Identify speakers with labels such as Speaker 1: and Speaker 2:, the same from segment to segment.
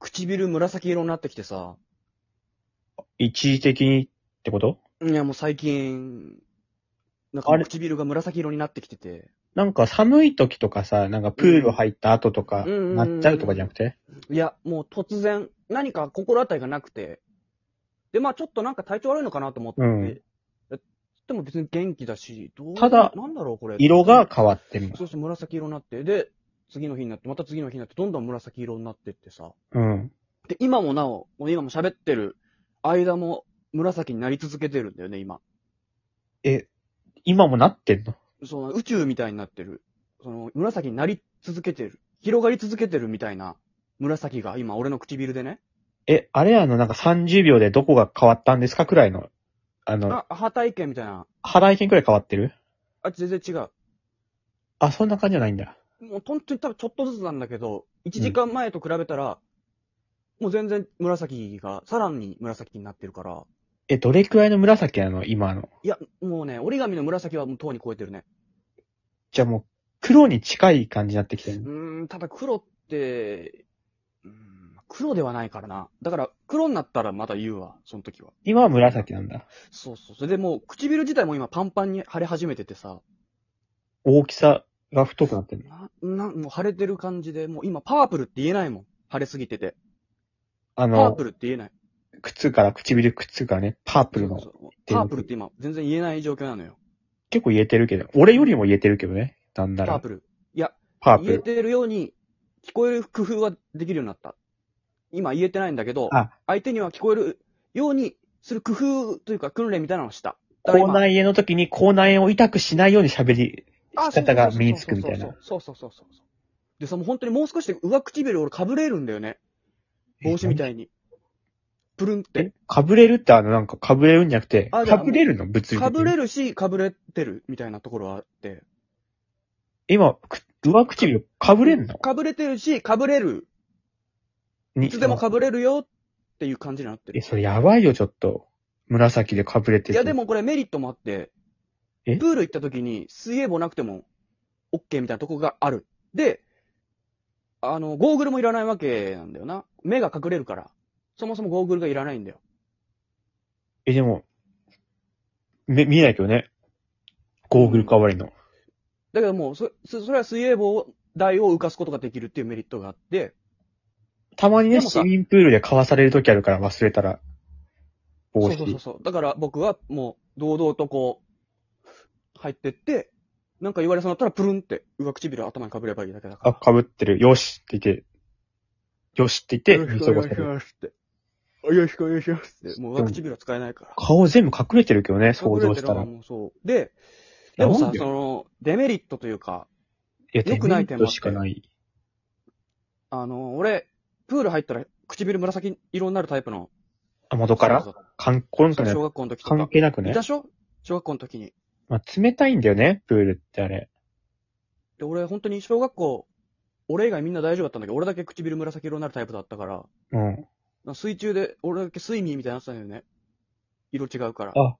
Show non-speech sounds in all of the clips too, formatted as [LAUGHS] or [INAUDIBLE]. Speaker 1: 唇紫色になってきてさ。
Speaker 2: 一時的にってこと
Speaker 1: いや、もう最近、なん
Speaker 2: あ
Speaker 1: か
Speaker 2: れ
Speaker 1: 唇が紫色になってきてて。
Speaker 2: なんか寒い時とかさ、なんかプール入った後とか、
Speaker 1: うんうんうんうん
Speaker 2: なっちゃうとかじゃなくて
Speaker 1: いや、もう突然、何か心当たりがなくて。で、まあちょっとなんか体調悪いのかなと思って。
Speaker 2: うん
Speaker 1: やでも別に元気だし、どう
Speaker 2: ただ
Speaker 1: なんだろうこれ。
Speaker 2: 色が変わってるの。
Speaker 1: そうそう、紫色になって。で、次の日になって、また次の日になって、どんどん紫色になってってさ。
Speaker 2: うん。
Speaker 1: で、今もなお、もう今も喋ってる間も紫になり続けてるんだよね、今。
Speaker 2: え、今もなってんの
Speaker 1: その宇宙みたいになってる。その紫になり続けてる。広がり続けてるみたいな紫が今俺の唇でね。
Speaker 2: え、あれあの、なんか30秒でどこが変わったんですかくらいの、あの、
Speaker 1: あ、アハ体験みたいな。
Speaker 2: 肌意見くらい変わってる
Speaker 1: あ、全然違う。
Speaker 2: あ、そんな感じじゃないんだ。
Speaker 1: もう本当に多分ちょっとずつなんだけど、1時間前と比べたら、もう全然紫が、さらに紫になってるから、
Speaker 2: え、どれくらいの紫なの今の。
Speaker 1: いや、もうね、折り紙の紫はもうとうに超えてるね。
Speaker 2: じゃあもう、黒に近い感じになってきて
Speaker 1: う
Speaker 2: る。
Speaker 1: ーん、ただ黒って、うーん、黒ではないからな。だから、黒になったらまた言うわ、その時は。
Speaker 2: 今は紫なんだ。
Speaker 1: そうそう。それでもう、唇自体も今パンパンに腫れ始めててさ、
Speaker 2: 大きさが太くなってるの。
Speaker 1: な、な、もう腫れてる感じで、もう今パープルって言えないもん。腫れすぎてて。パー
Speaker 2: あの
Speaker 1: プ、ルって言えない。
Speaker 2: 靴から唇くっつくからね、パープルの
Speaker 1: そう。そうパープルって今、全然言えない状況なのよ。
Speaker 2: 結構言えてるけど、俺よりも言えてるけどね。なんな
Speaker 1: パー
Speaker 2: ら。
Speaker 1: プル。いや、
Speaker 2: パープ
Speaker 1: 言え
Speaker 2: ル。
Speaker 1: てるように、聞こえる工夫はできるようになった。今言えてないんだけど
Speaker 2: あ、
Speaker 1: 相手には聞こえるようにする工夫というか訓練みたいなのをした。だから
Speaker 2: 口
Speaker 1: 今
Speaker 2: 内炎の時に口内炎を痛くしないように喋り、
Speaker 1: あ
Speaker 2: 仕方が身につくみたい。な。
Speaker 1: そうそうそうそうそうそうそうそう。でさ、もう本当にもう少しで上唇俺かぶれるんだよね。帽子みたいに。プルンっ
Speaker 2: え
Speaker 1: て。
Speaker 2: かぶれるってあの、なんか、かぶれるんじゃなくて、
Speaker 1: あじゃ
Speaker 2: か
Speaker 1: あ
Speaker 2: ぶれるの物理
Speaker 1: か
Speaker 2: 的
Speaker 1: ぶ
Speaker 2: に。
Speaker 1: れるし、かぶれてるみたいなところはあって。
Speaker 2: 今、く上唇、かぶれんの
Speaker 1: かぶれてるし、かぶれる。
Speaker 2: い
Speaker 1: いつでもかぶれるよっていう感じになって
Speaker 2: え、
Speaker 1: る。
Speaker 2: それやばいよ、ちょっと。紫でかぶれて
Speaker 1: い
Speaker 2: る。
Speaker 1: やで。もこれメリットもあって、プ
Speaker 2: え
Speaker 1: ール行った時に水泳帽なくても OK みたいなとこがある。で、あの、ゴーグルもいらないわけなんだよな。目が隠れるから。そもそもゴーグルがいらないんだよ。
Speaker 2: え、でも、め、見えないけどね。ゴーグル代わりの。
Speaker 1: だけどもう、そ、そそれは水泳棒台を浮かすことができるっていうメリットがあって、
Speaker 2: たまにね、
Speaker 1: でもさ
Speaker 2: 市民プールでかわされる時あるから忘れたら、帽
Speaker 1: そうそう
Speaker 2: 子。
Speaker 1: そう。だから僕はもう、堂々とこう、入ってって、なんか言われそうになったらプルンって、上唇頭に被ればいいだけだか
Speaker 2: あ、
Speaker 1: ら。
Speaker 2: かぶってる。よしって言って、よしって言
Speaker 1: よ
Speaker 2: っ
Speaker 1: ろ
Speaker 2: て、
Speaker 1: し
Speaker 2: 見
Speaker 1: く
Speaker 2: 過
Speaker 1: お
Speaker 2: ご
Speaker 1: 願い
Speaker 2: され
Speaker 1: し
Speaker 2: る。
Speaker 1: ますって。よろしくお願いしますって。もう上唇は使えないから。
Speaker 2: 顔全部隠れてるけどね、想像した
Speaker 1: 隠
Speaker 2: ら
Speaker 1: れてるのが。もうそう。で、でも
Speaker 2: な
Speaker 1: さ
Speaker 2: ん、で
Speaker 1: その、デメリットというか、
Speaker 2: いや、
Speaker 1: 良くない点もあって
Speaker 2: しかない。
Speaker 1: あの、俺、プール入ったら唇紫色になるタイプの。
Speaker 2: あ、元から
Speaker 1: そう
Speaker 2: 関今
Speaker 1: そう
Speaker 2: 回
Speaker 1: 小
Speaker 2: の
Speaker 1: 学校の時と
Speaker 2: 関
Speaker 1: か。
Speaker 2: 係なく
Speaker 1: い
Speaker 2: ね
Speaker 1: た。しょ小学校の時に。
Speaker 2: まあ、冷たいんだよね、プールってあれ。
Speaker 1: で、俺、本当に小学校、俺以外みんな大丈夫だったんだけど、俺だけ唇紫色になるタイプだったから、
Speaker 2: うん。
Speaker 1: なんか水中で、俺だけスイミーみたいになってたんだよね。色違うから。
Speaker 2: あ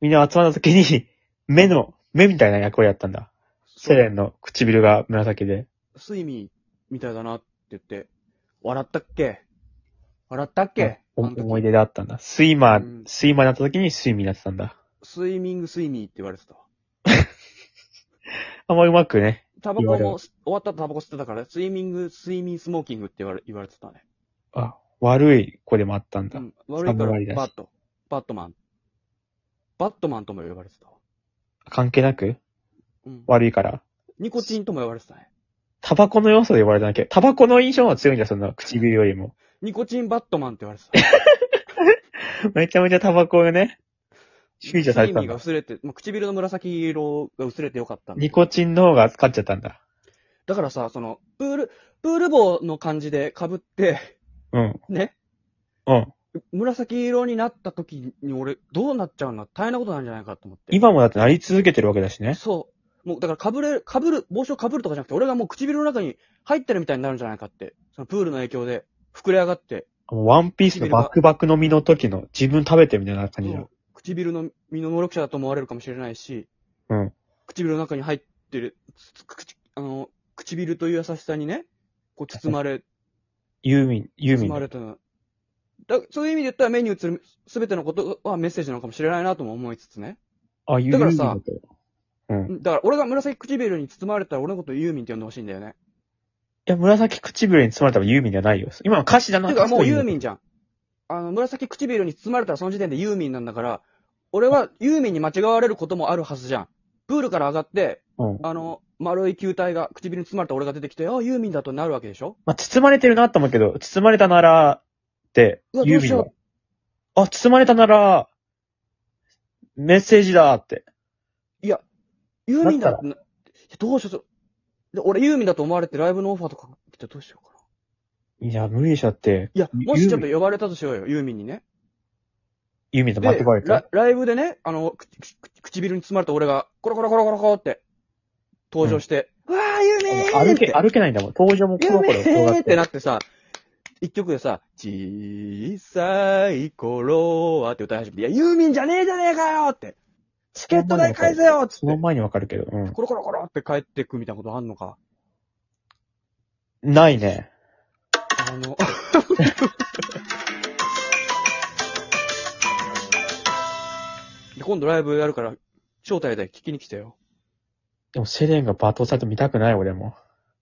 Speaker 2: みんな集まった時に、 [LAUGHS] 目の、目みたいな役割やったんだ。
Speaker 1: そ
Speaker 2: セ
Speaker 1: う
Speaker 2: レンの唇が紫で。
Speaker 1: スイミーみたいだなって言って、笑ったっけ笑ったっけ
Speaker 2: お
Speaker 1: あの時
Speaker 2: 思い出であったんだ。スイマー、
Speaker 1: うん
Speaker 2: スイマーになった時にスイミーになってたんだ。
Speaker 1: スイミングスイミーって言われてたわ。
Speaker 2: あんまうまくね。
Speaker 1: タバ
Speaker 2: 言わ
Speaker 1: コ
Speaker 2: れる
Speaker 1: も、終わったらタバコ吸ってたから、スイミング、スイミースモーキングって言われ言われてたね。
Speaker 2: あ、悪い子でもあったん
Speaker 1: う
Speaker 2: だ。
Speaker 1: ん。悪いから
Speaker 2: 侍だ、し
Speaker 1: バット。バットマン。バットマンとも呼ばれてたわ。
Speaker 2: 関係なく
Speaker 1: うん。
Speaker 2: 悪いから。
Speaker 1: ニコチンとも呼ばれてたね。
Speaker 2: タバコの要素で言われたんだけど、タバコの印象は強いんだ、その唇よりも。 [LAUGHS]
Speaker 1: ニコチンバットマンって言われてた。
Speaker 2: めちゃめちゃタバコをね、集中されてた
Speaker 1: スイミー
Speaker 2: ん
Speaker 1: が
Speaker 2: だ。
Speaker 1: 薄れて、まあ、唇の紫色が薄れてよかったんだ
Speaker 2: ニコチンの方が使っちゃったんだ。
Speaker 1: だからさ、その、プール、プール帽の感じで被って、 [LAUGHS]
Speaker 2: うん。
Speaker 1: ね、
Speaker 2: うん。
Speaker 1: 紫色になった時に俺、どうなっちゃうの大変なことなんじゃないかと思って。
Speaker 2: 今もだってなり続けてるわけだしね。
Speaker 1: そう。もう、だから被れる、被る、帽子を被るとかじゃなくて、俺がもう唇の中に入ってるみたいになるんじゃないかって。そのプールの影響で、膨れ上がって、
Speaker 2: ワンピースのバックバックの実の時の自分食べてみたいな感じ
Speaker 1: そ
Speaker 2: の
Speaker 1: う。唇の身の能力者だと思われるかもしれないし、
Speaker 2: うん。
Speaker 1: 唇の中に入
Speaker 2: [LAUGHS]
Speaker 1: ってる、つつ口あの、唇という優しさにね、こう包まれ
Speaker 2: ユーミン、ユーミ
Speaker 1: 積ま
Speaker 2: ン。
Speaker 1: れてる。だそういう意味で言ったら目に映るすべてのことはメッセージなのかもしれないなとも思いつつね。
Speaker 2: あ、ユ
Speaker 1: だ
Speaker 2: ーミン
Speaker 1: からさ
Speaker 2: だったようん。い
Speaker 1: だから俺が紫唇に包まれたら俺のことユーミンって呼んでほしいんだよね。
Speaker 2: や、紫唇に包まれたらユーミンじゃないよ。今の歌詞だな。
Speaker 1: てかもうユーミ
Speaker 2: ン。
Speaker 1: ンじゃん。あの、紫唇に包まれたらその時点でユーミンなんだから、俺はユーミンに間違われることもあるはずじゃん。プールから上がって、
Speaker 2: うん。
Speaker 1: あの、丸い球体が唇に包まれた俺が出てきて、あ、ユーミンだとなるわけでしょ
Speaker 2: まあ、包まれてるなと思うけど、包まれたなら、って、
Speaker 1: うわ
Speaker 2: ユーミンは。あ、包まれたなら、メッセージだって。
Speaker 1: ユーミンだってな、いやどうしようそう。で、俺ユーミンだと思われてライブのオファーとか来てどうしようかな。
Speaker 2: いや、無理でしょだって、
Speaker 1: いや、
Speaker 2: ユーミン
Speaker 1: もしちょっと呼ばれたとしようよ、ユーミンにね。
Speaker 2: ユーミンと間
Speaker 1: で
Speaker 2: 違われて。
Speaker 1: ラライブでね、あの、くくく唇に包まれた俺が、コロコロコロコロコロって、登場して、うわー、ユーミンー
Speaker 2: 歩け、歩けないんだもん。登場もコ
Speaker 1: や
Speaker 2: ロコ
Speaker 1: べ
Speaker 2: ロ転が
Speaker 1: え
Speaker 2: っ
Speaker 1: って
Speaker 2: て。
Speaker 1: なってさ、一曲でさ、小さい頃はって歌い始めて、いや、ユーミンじゃねえじゃねえかよって、チケット代返せよっつ
Speaker 2: そ
Speaker 1: っ
Speaker 2: の
Speaker 1: て、
Speaker 2: 前にわかるけど、うん。
Speaker 1: コロコロコロって帰ってくみたいなことあんのか。
Speaker 2: ないね。
Speaker 1: あの、 [LAUGHS] で今度ライブやるから、招待で聞きに来てよ。
Speaker 2: でもセレンが罵倒されて見たくない、俺も。